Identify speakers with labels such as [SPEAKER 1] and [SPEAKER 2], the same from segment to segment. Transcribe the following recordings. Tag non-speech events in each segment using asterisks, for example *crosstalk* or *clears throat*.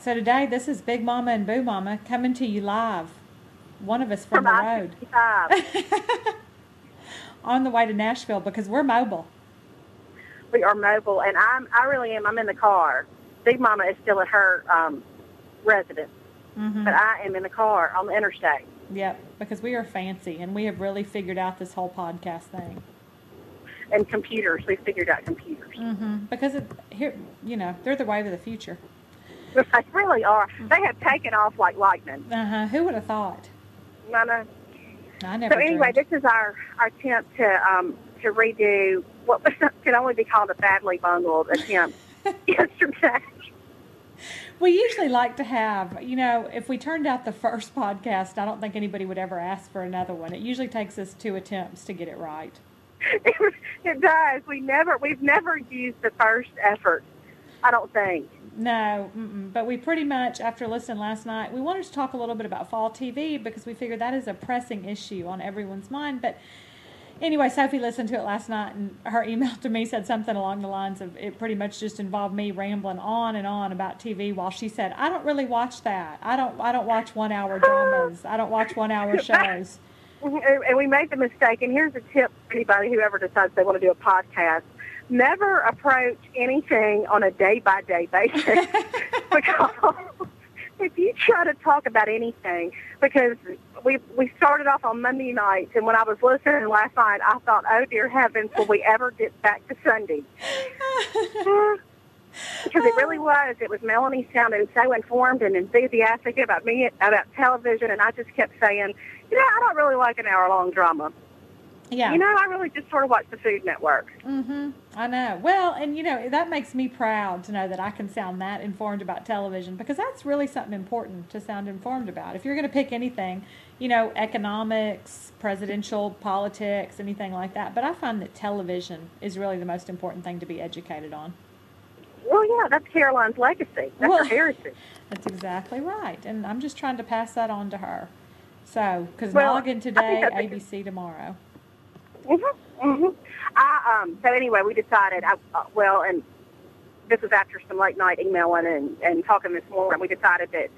[SPEAKER 1] So today, this is Big Mama and Boo Mama coming to you live, one of us from the road,
[SPEAKER 2] I-55.
[SPEAKER 1] on the way to Nashville because we're mobile.
[SPEAKER 2] we are mobile, and I'm I really am. I'm in the car. Big Mama is still at her um, residence,
[SPEAKER 1] hmm
[SPEAKER 2] but I am in the car on the interstate.
[SPEAKER 1] Yep, because we are fancy and we have really figured out this whole podcast thing.
[SPEAKER 2] And computers, we figured out computers. *laughs*
[SPEAKER 1] hmm Because it, here, you know, they're the wave of the future.
[SPEAKER 2] They really are. They have taken off like lightning.
[SPEAKER 1] Uh-huh. Who would have thought?
[SPEAKER 2] I know.
[SPEAKER 1] I never.
[SPEAKER 2] So anyway,
[SPEAKER 1] dreamed.
[SPEAKER 2] this is our our attempt to um, to redo what *laughs* was, can only be called a badly bungled attempt yesterday. *laughs*
[SPEAKER 1] we usually like to have, you know, if we turned out the *laughs* first podcast, I don't think anybody would ever ask for another one. It usually takes us two attempts to get it right.
[SPEAKER 2] It, was- it does. We never we've never used the first effort. I don't think.
[SPEAKER 1] No, mm-mm. but we pretty much, after listening last night, we wanted to talk a little bit about fall TV because we figured that is a pressing issue on everyone's mind. But anyway, Sophie listened to it last night, and her email to me said something along the lines of it pretty much just involved me rambling on and on about TV while she said, "I don't really watch that. I don't. I don't watch one-hour dramas. I don't watch one-hour shows."
[SPEAKER 2] Mhm, And and we made the mistake. And here's a tip for anybody who ever decides they want to do a podcast. Never approach anything on a day by day basis because if you try to talk about anything, because we we started off on Monday nights, and when I was listening last night, I thought, oh dear heavens, will we ever get back to Sunday? because it really was. It was Melanie sounding so informed and enthusiastic about me about television, and I just kept saying, you know, I don't really like an hour long drama.
[SPEAKER 1] Yeah.
[SPEAKER 2] You know, I really just sort of watch the Food Network.
[SPEAKER 1] Mm-hmm. I know. Well, and you know that makes me proud to know that I can sound that informed about television because that's really something important to sound informed about. If you're going to pick anything, you know, economics, presidential politics, anything like that. But I find that television is really the most important thing to be educated on.
[SPEAKER 2] Well, yeah, that's Caroline's legacy. That's
[SPEAKER 1] Well-
[SPEAKER 2] her heritage.
[SPEAKER 1] That's exactly right, and I'm just trying to pass that on to her. So, because
[SPEAKER 2] Well,
[SPEAKER 1] Noggin
[SPEAKER 2] I think
[SPEAKER 1] today,
[SPEAKER 2] that's a good-
[SPEAKER 1] ABC tomorrow.
[SPEAKER 2] Mm-hmm. Mm-hmm. I, um, so anyway, we decided, I, uh, well, and this was after some late night emailing and, and talking this morning, we decided that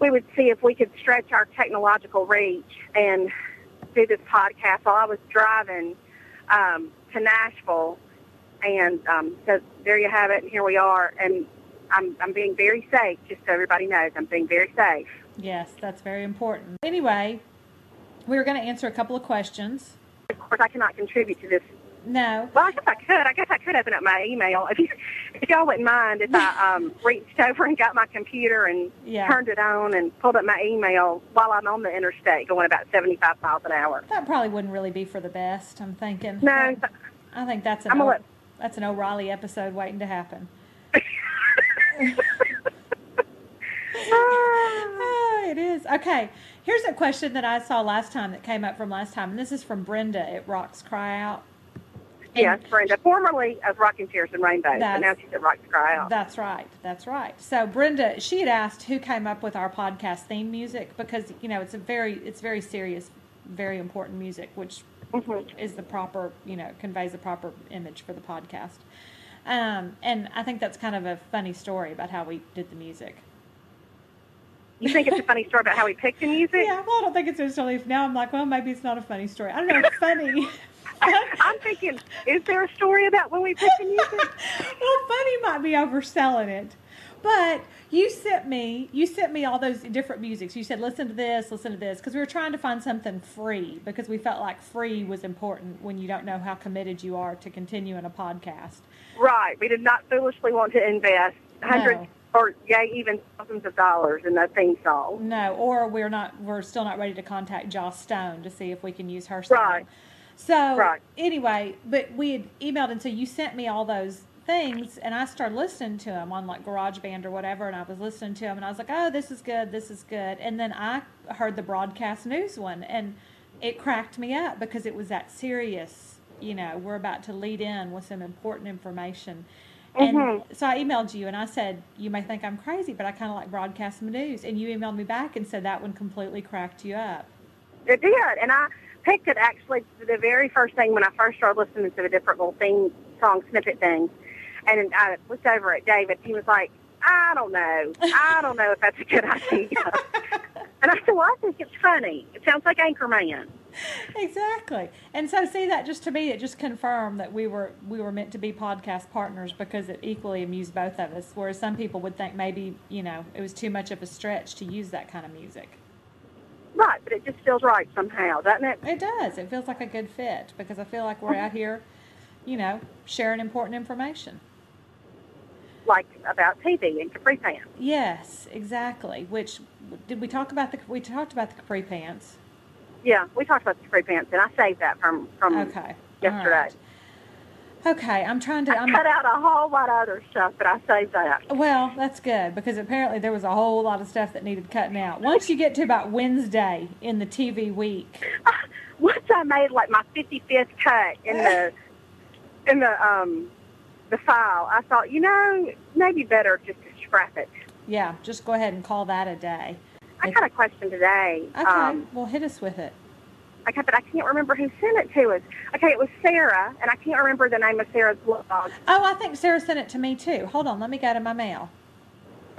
[SPEAKER 2] we would see if we could stretch our technological reach and do this podcast while I was driving um, to Nashville. And um, so there you have it, and here we are. And I'm, I'm being very safe, just so everybody knows, I'm being very safe.
[SPEAKER 1] Yes, that's very important. Anyway, we were going to answer a couple of questions.
[SPEAKER 2] Of course, I cannot contribute to this
[SPEAKER 1] No,
[SPEAKER 2] Well, I guess I could. I guess I could open up my email if, you, if y'all wouldn't mind
[SPEAKER 1] *laughs*
[SPEAKER 2] if I um, reached over and got my computer and
[SPEAKER 1] Yeah.
[SPEAKER 2] turned it on and pulled up my email while I'm on the interstate going about 75 miles an hour.
[SPEAKER 1] That probably wouldn't really be for the best. I'm thinking.
[SPEAKER 2] No,
[SPEAKER 1] I think that's
[SPEAKER 2] I'm
[SPEAKER 1] an
[SPEAKER 2] gonna
[SPEAKER 1] o-
[SPEAKER 2] let-
[SPEAKER 1] that's an O'Reilly episode waiting to happen. *laughs* Ah, it is okay. Here's a question that I saw last time that came up from last time, and this is from Brenda at Rocks Cry Out.
[SPEAKER 2] yes, Brenda, formerly of Rocking Chairs and Rainbows, but
[SPEAKER 1] That's-
[SPEAKER 2] now she's at Rock's Cry Out.
[SPEAKER 1] That's right. That's right. So Brenda, she had asked who came up with our podcast theme music because you know it's a very it's very serious, very important music, which is the proper you know conveys the proper image for the podcast. Um, and I think that's kind of a funny story about how we did the music.
[SPEAKER 2] You think it's a funny story about how we picked the music?
[SPEAKER 1] Yeah, well, I don't think it's necessarily. Now I'm like, well, maybe it's not a funny story. I don't know. It's funny.
[SPEAKER 2] *laughs*
[SPEAKER 1] *laughs*
[SPEAKER 2] I'm thinking, is there a story about when we picked
[SPEAKER 1] *laughs*
[SPEAKER 2] the music?
[SPEAKER 1] well, funny might be overselling it, but you sent me you sent me all those different musics. You said listen to this, listen to this, because we were trying to find something free because we felt like free was important when you don't know how committed you are to continuing a podcast.
[SPEAKER 2] right. We did not foolishly want to invest hundreds
[SPEAKER 1] No.
[SPEAKER 2] or, yay, even thousands of dollars in a theme song.
[SPEAKER 1] No, or we're not. We're still not ready to contact Joss Stone to see if we can use her song.
[SPEAKER 2] Right.
[SPEAKER 1] So
[SPEAKER 2] Right.
[SPEAKER 1] anyway, but we had emailed, and so you sent me all those things, and I started listening to them on like GarageBand or whatever, and I was listening to them, and I was like, "Oh, this is good. This is good." And then I heard the broadcast news one, and it cracked me up because it was that serious. You know, we're about to lead in with some important information. And so I emailed you and I said, You may think I'm crazy, but I kind of like broadcasting the news. And you emailed me back and said that one completely cracked you up.
[SPEAKER 2] It did, and I picked it actually the very first thing when I first started listening to the different little theme song snippet things, and I looked over at David. He was like, I don't know. I don't know if that's a good idea. and I said, well, I think it's funny. It sounds like Anchorman.
[SPEAKER 1] exactly. And so see that just to me it just confirmed that we were we were meant to be podcast partners because it equally amused both of us. Whereas some people would think maybe, you know, it was too much of a stretch to use that kind of music.
[SPEAKER 2] Right, but it just feels right somehow, doesn't it?
[SPEAKER 1] It does. It feels like a good fit because I feel like we're out here, you know, sharing important information.
[SPEAKER 2] Like about TV and capri pants.
[SPEAKER 1] Yes, exactly. Which did we talk about the we talked about the capri pants?
[SPEAKER 2] Yeah, we talked about the capri pants, and I saved that from from
[SPEAKER 1] Okay.
[SPEAKER 2] yesterday.
[SPEAKER 1] All right. Okay, I'm trying to.
[SPEAKER 2] I
[SPEAKER 1] I'm,
[SPEAKER 2] cut out a whole lot of other stuff, but I saved that.
[SPEAKER 1] Well, that's good because apparently there was a whole lot of stuff that needed cutting out. Once you get to about Wednesday in the TV week,
[SPEAKER 2] *laughs* Once I made like my fifty fifth cut
[SPEAKER 1] *laughs*
[SPEAKER 2] in the in the um the file, I thought, you know, maybe better just to scrap it.
[SPEAKER 1] yeah, just go ahead and call that a day.
[SPEAKER 2] I got a question today.
[SPEAKER 1] Okay,
[SPEAKER 2] Um,
[SPEAKER 1] well, hit us with it.
[SPEAKER 2] I got, but I can't remember who sent it to us. Okay, it was Sarah, and I can't remember the name of Sarah's blog
[SPEAKER 1] Oh, I think Sarah sent it to me too. Hold on, let me go to my mail.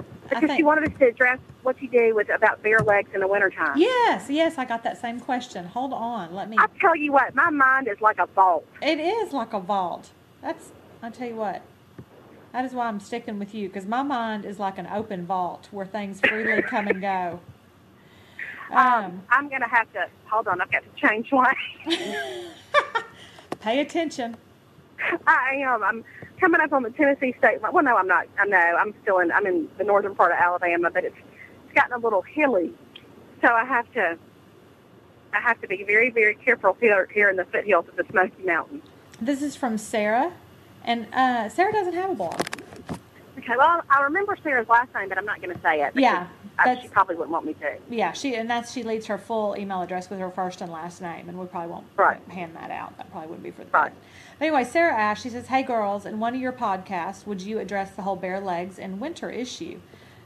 [SPEAKER 1] I
[SPEAKER 2] because
[SPEAKER 1] think
[SPEAKER 2] she wanted us to address what you do with about bare legs in the wintertime.
[SPEAKER 1] yes, yes, I got that same question. Hold on, let me.
[SPEAKER 2] I tell you what, my mind is like a vault.
[SPEAKER 1] It is like a vault. That's. I tell you what. That is why I'm sticking with you because my mind is like an open vault where things freely come and go.
[SPEAKER 2] Um, I'm gonna have to hold on. I've got to change *laughs* lane.
[SPEAKER 1] Pay attention.
[SPEAKER 2] I am. I'm coming up on the Tennessee state. Line. Well, no, I'm not. I know. I'm still in. I'm in the northern part of Alabama, but it's it's gotten a little hilly, so I have to. I have to be very, very careful here, here in the foothills of the Smoky Mountains.
[SPEAKER 1] This is from Sarah, and uh, Sarah doesn't have a blog.
[SPEAKER 2] Okay, well, I remember Sarah's last name, but I'm not going to say it. because
[SPEAKER 1] Yeah,
[SPEAKER 2] I,
[SPEAKER 1] that's-
[SPEAKER 2] she probably wouldn't want me to.
[SPEAKER 1] Yeah, she and that's she leaves her full email address with her first and last name, and we probably won't
[SPEAKER 2] Right.
[SPEAKER 1] hand that out. That probably wouldn't be for the
[SPEAKER 2] Right.
[SPEAKER 1] benefit. But anyway, Sarah asked. She says, "Hey girls, in one of your podcasts, would you address the whole bare legs and winter issue?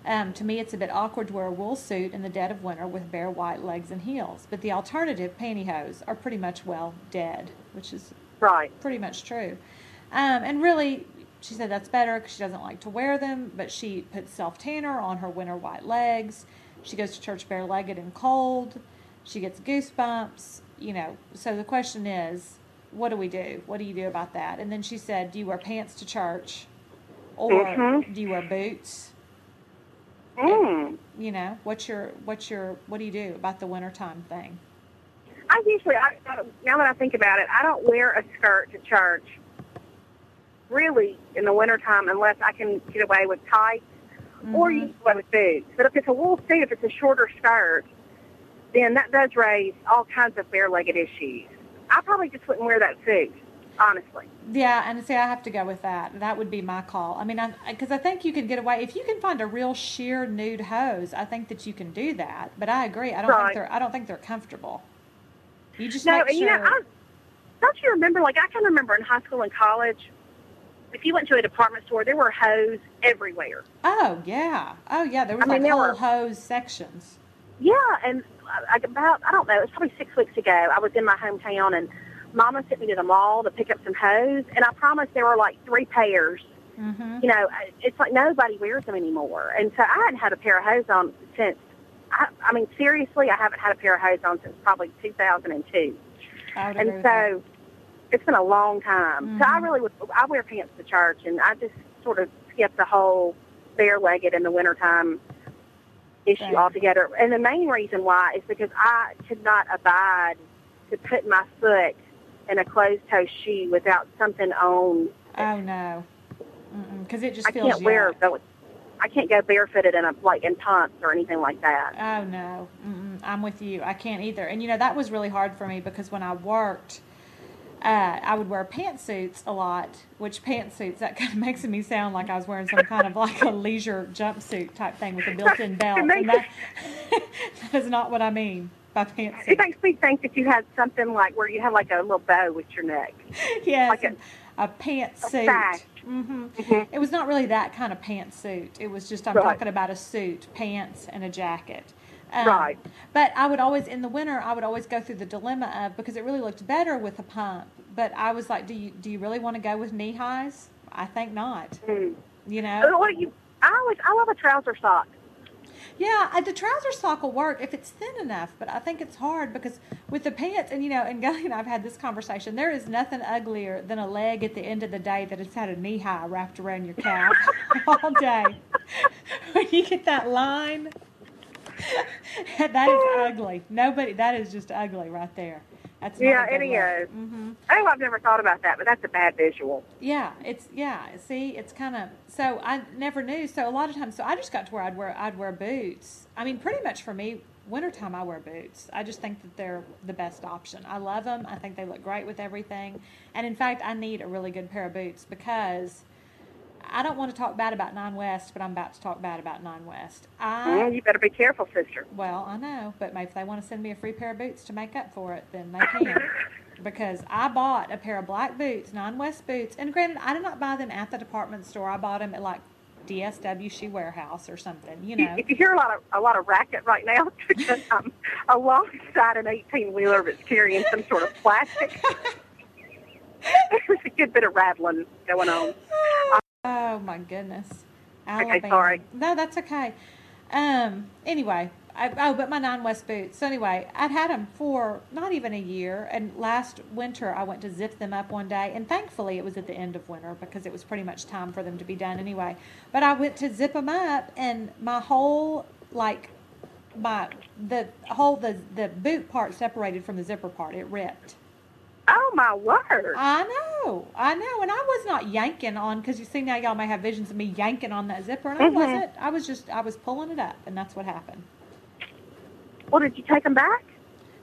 [SPEAKER 1] Um, to me, it's a bit awkward to wear a wool suit in the dead of winter with bare white legs and heels, but the alternative, pantyhose, are pretty much well dead, which is
[SPEAKER 2] Right.
[SPEAKER 1] pretty much true. Um, and really, she said that's better because she doesn't like to wear them, but she puts self tanner on her winter white legs. She goes to church bare legged and cold. She gets goosebumps, you know. So the question is, what do we do? What do you do about that? And then she said, do you wear pants to church or
[SPEAKER 2] Mhm.
[SPEAKER 1] do you wear boots?
[SPEAKER 2] Mm.
[SPEAKER 1] You know, what's your, what's your, what do you do about the wintertime thing?
[SPEAKER 2] I usually, I, I- now that I think about it, I don't wear a skirt to church really in the wintertime unless I can get away with tights or
[SPEAKER 1] Mm-hmm.
[SPEAKER 2] you can get away with boots. But if it's a wool suit, if it's a shorter skirt, then that does raise all kinds of bare-legged issues. I probably just wouldn't wear that suit, honestly.
[SPEAKER 1] Yeah, and see, I have to go with that. That would be my call. I mean, I because I think you can get away if you can find a real sheer nude hose. I think that you can do that. But I agree. I don't
[SPEAKER 2] Right.
[SPEAKER 1] think they're. I don't think they're comfortable. You just
[SPEAKER 2] No,
[SPEAKER 1] make sure.
[SPEAKER 2] and you know, I, don't you remember? Like I can remember in high school and college, if you went to a department store, there were hose everywhere.
[SPEAKER 1] oh yeah. Oh yeah. There was
[SPEAKER 2] I mean,
[SPEAKER 1] like
[SPEAKER 2] there
[SPEAKER 1] whole
[SPEAKER 2] were-
[SPEAKER 1] hose sections.
[SPEAKER 2] Yeah, and I, I- about I don't know, it was probably six weeks ago. I was in my hometown, and Mama sent me to the mall to pick up some hose, and I promised there were like three pairs.
[SPEAKER 1] hmm
[SPEAKER 2] You know, I- it's like nobody wears them anymore, and so I hadn't had a pair of hose on since. I, I mean, seriously, I haven't had a pair of hose on since probably 2002.
[SPEAKER 1] I would agree
[SPEAKER 2] and
[SPEAKER 1] with that.
[SPEAKER 2] so it's been a long time. So I
[SPEAKER 1] Mhm.
[SPEAKER 2] really would I wear pants to church, and I just sort of skip the whole bare legged in the wintertime issue
[SPEAKER 1] Right.
[SPEAKER 2] altogether. And the main reason why is because I could not abide to put my foot in a closed toe shoe without something on.
[SPEAKER 1] Oh no. Because it just
[SPEAKER 2] I
[SPEAKER 1] feels.
[SPEAKER 2] can't wear
[SPEAKER 1] yuck.
[SPEAKER 2] those. I can't go barefooted in a like in pumps or anything like that.
[SPEAKER 1] Oh no, Mm-mm. I'm with you. I can't either. And you know that was really hard for me because when I worked, uh, I would wear pantsuits a lot. Which pantsuits? That *laughs* kind of makes me sound like I was wearing some kind of like a leisure jumpsuit type thing with a built-in belt.
[SPEAKER 2] It makes
[SPEAKER 1] And that, *laughs* that is not what I mean by pantsuit.
[SPEAKER 2] It makes me think that you had something like where you had like a little bow with your neck.
[SPEAKER 1] yes,
[SPEAKER 2] Like a-
[SPEAKER 1] a, pantsuit.
[SPEAKER 2] sash.
[SPEAKER 1] hmm It was not really that kind of pantsuit. It was just I'm
[SPEAKER 2] Right.
[SPEAKER 1] talking about a suit, pants, and a jacket. Um,
[SPEAKER 2] Right.
[SPEAKER 1] But I would always in the winter I would always go through the dilemma of because it really looked better with a pump. But I was like, do you do you really want to go with knee highs? I think not.
[SPEAKER 2] Mm.
[SPEAKER 1] You know.
[SPEAKER 2] Well, you, I always I love a trouser sock.
[SPEAKER 1] Yeah, I- the trouser sock will work if it's thin enough, but I think it's hard because with the pants, and you know, and *laughs* Gully and I've had this conversation. There is nothing uglier than a leg at the end of the day that has had a knee high wrapped around your calf *laughs* all day. *laughs* when you get that line, *laughs* that is ugly. Nobody, that is just ugly right there. That's not
[SPEAKER 2] Yeah,
[SPEAKER 1] a good
[SPEAKER 2] it
[SPEAKER 1] look.
[SPEAKER 2] is.
[SPEAKER 1] Mhm.
[SPEAKER 2] Oh, I've never thought about that, but that's a bad visual.
[SPEAKER 1] Yeah, it's yeah. See, it's kind of so I never knew. So a lot of times, so I just got to where I'd wear I'd wear boots. I mean, pretty much for me, wintertime I wear boots. I just think that they're the best option. I love them. I think they look great with everything. And in fact, I need a really good pair of boots because I don't want to talk bad about Nine West, but I'm about to talk bad about Nine West. I
[SPEAKER 2] Mm, you better be careful, sister.
[SPEAKER 1] well, I know, but if they want to send me a free pair of boots to make up for it, then they can. because I bought a pair of black boots, non West boots, and granted, I did not buy them at the department store. I bought them at like DSW Shoe Warehouse or something, you
[SPEAKER 2] You-
[SPEAKER 1] know.
[SPEAKER 2] If you hear a lot of a lot of racket right now, *laughs* it's because I'm alongside an eighteen wheeler that's carrying some sort of plastic. *laughs* There's a good bit of rattling going on.
[SPEAKER 1] Oh my goodness.
[SPEAKER 2] Okay, sorry.
[SPEAKER 1] No, that's okay. Um. Anyway, I, oh, but my nine West boots. So anyway, I'd had them for not even a year, and last winter I went to zip them up one day, and thankfully it was at the end of winter because it was pretty much time for them to be done anyway. But I went to zip them up, and my whole like my the whole the the boot part separated from the zipper part. It ripped.
[SPEAKER 2] Oh my word!
[SPEAKER 1] I know, I know, and I was not yanking on because you see now y'all may have visions of me yanking on that zipper, and I
[SPEAKER 2] Mhm.
[SPEAKER 1] wasn't. I was just I was pulling it up, and that's what happened.
[SPEAKER 2] Well, did you take them back?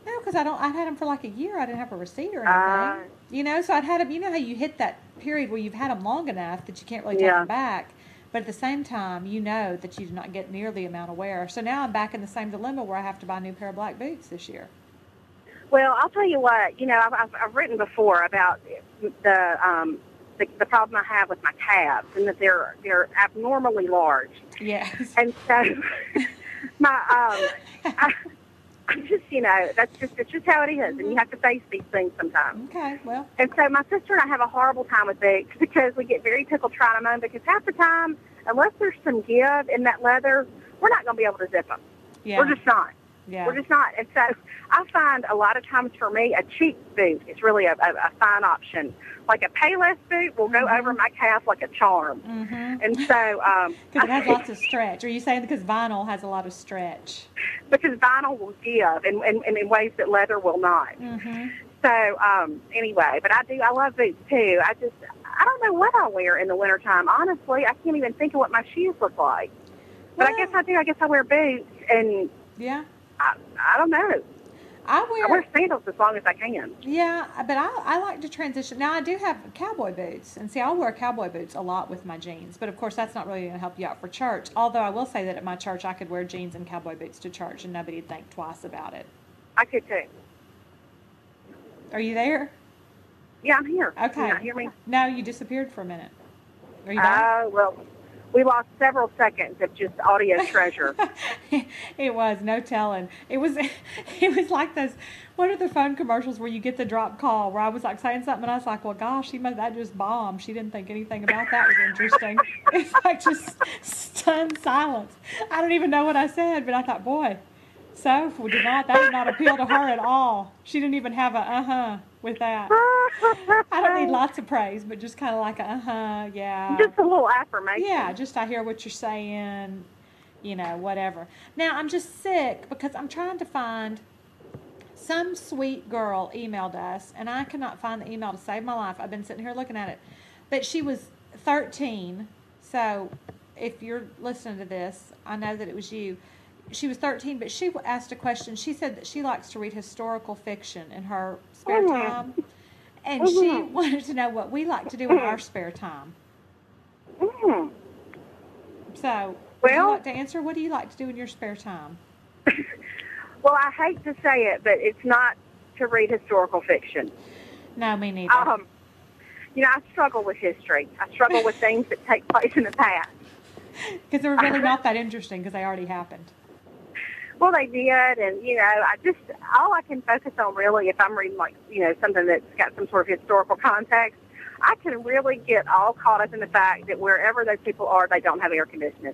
[SPEAKER 1] No, because I don't. I had them for like a year. I didn't have a receipt or anything.
[SPEAKER 2] Ah.
[SPEAKER 1] you know, so I'd had them. You know how you hit that period where you've had them long enough that you can't really take
[SPEAKER 2] Yeah.
[SPEAKER 1] them back. But at the same time, you know that you did not get near the amount of wear. So now I'm back in the same dilemma where I have to buy a new pair of black boots this year. *laughs*
[SPEAKER 2] Well, I'll tell you what. You know, I've, I've, I've written before about the, um, the the problem I have with my calves and that they're they're abnormally large.
[SPEAKER 1] Yes.
[SPEAKER 2] And so *laughs* my um, I, I'm just you know that's just it's just how it is, and you have to face these things sometimes.
[SPEAKER 1] Okay. Well.
[SPEAKER 2] And so my sister and I have a horrible time with boots *laughs* because we get very tickled trying them on because half the time, unless there's some give in that leather, we're not going to be able to zip them.
[SPEAKER 1] Yeah.
[SPEAKER 2] We're just not.
[SPEAKER 1] yeah.
[SPEAKER 2] We're just not. And so I find a lot of times for me, a cheap boot is really a, a, a fine option. Like a Payless boot will go over my calf like a charm.
[SPEAKER 1] mm-hmm.
[SPEAKER 2] And so,
[SPEAKER 1] *laughs*
[SPEAKER 2] um,
[SPEAKER 1] Because it has lots of stretch. Are you saying because vinyl has a lot of stretch?
[SPEAKER 2] because vinyl will give and, and, and in ways that leather will not.
[SPEAKER 1] Mm-hmm.
[SPEAKER 2] So um, anyway, but I do. I love boots too. I just I don't know what I wear in the wintertime. Honestly, I can't even think of what my shoes look like. But I guess I do. I guess I wear boots, and
[SPEAKER 1] Yeah.
[SPEAKER 2] I, I don't know.
[SPEAKER 1] I
[SPEAKER 2] I
[SPEAKER 1] wear,
[SPEAKER 2] wear sandals as long as I can.
[SPEAKER 1] yeah, but I, I like to transition. Now, I do have cowboy boots, and see, I wear cowboy boots a lot with my jeans, but of course, that's not really going to help you out for church. Although, I will say that at my church, I could wear jeans and cowboy boots to church, and nobody'd think twice about it.
[SPEAKER 2] I could too.
[SPEAKER 1] Are you there?
[SPEAKER 2] Yeah, I'm here.
[SPEAKER 1] Okay.
[SPEAKER 2] Can you not hear me?
[SPEAKER 1] No, you disappeared for a minute. Are you back?
[SPEAKER 2] Oh well, we lost several seconds of just
[SPEAKER 1] *laughs*
[SPEAKER 2] audio treasure.
[SPEAKER 1] it was no telling. It was *laughs* it was like those what are the phone commercials where you get the drop call where I was like saying something and I was like, Well gosh, she must that just bombed. She didn't think anything about that was interesting. *laughs* it's like just stunned silence. I don't even know what I said, but I thought, boy, so did not that did not appeal to her at all. She didn't even have a uh huh with that. I don't need lots of praise, but just kind of like a uh huh, yeah.
[SPEAKER 2] Just a little affirmation.
[SPEAKER 1] Yeah, just I hear what you're saying, you know, whatever. Now I'm just sick because I'm trying to find some sweet girl emailed us and I cannot find the email to save my life. I've been sitting here looking at it. But she was 13. So if you're listening to this, I know that it was you. She was 13, but she asked a question. She said that she likes to read historical fiction in her spare
[SPEAKER 2] Mhm.
[SPEAKER 1] time. And she *laughs*
[SPEAKER 2] Mhm.
[SPEAKER 1] wanted to know what we like to do in our spare time.
[SPEAKER 2] Mm.
[SPEAKER 1] So, would you
[SPEAKER 2] Well-
[SPEAKER 1] like to answer? What do you like to do in your spare time?
[SPEAKER 2] Well, I hate to say it, but it's not to read historical fiction.
[SPEAKER 1] No, me neither.
[SPEAKER 2] Um, you know, I struggle with history. I struggle with things that take place in the past.
[SPEAKER 1] Because they're really not that interesting because they already happened. *laughs*
[SPEAKER 2] Well, they did, and you know, I just all I can focus on really, if I'm reading like you know something that's got some sort of historical context, I can really get all caught up in the fact that wherever those people are, they don't have air conditioning.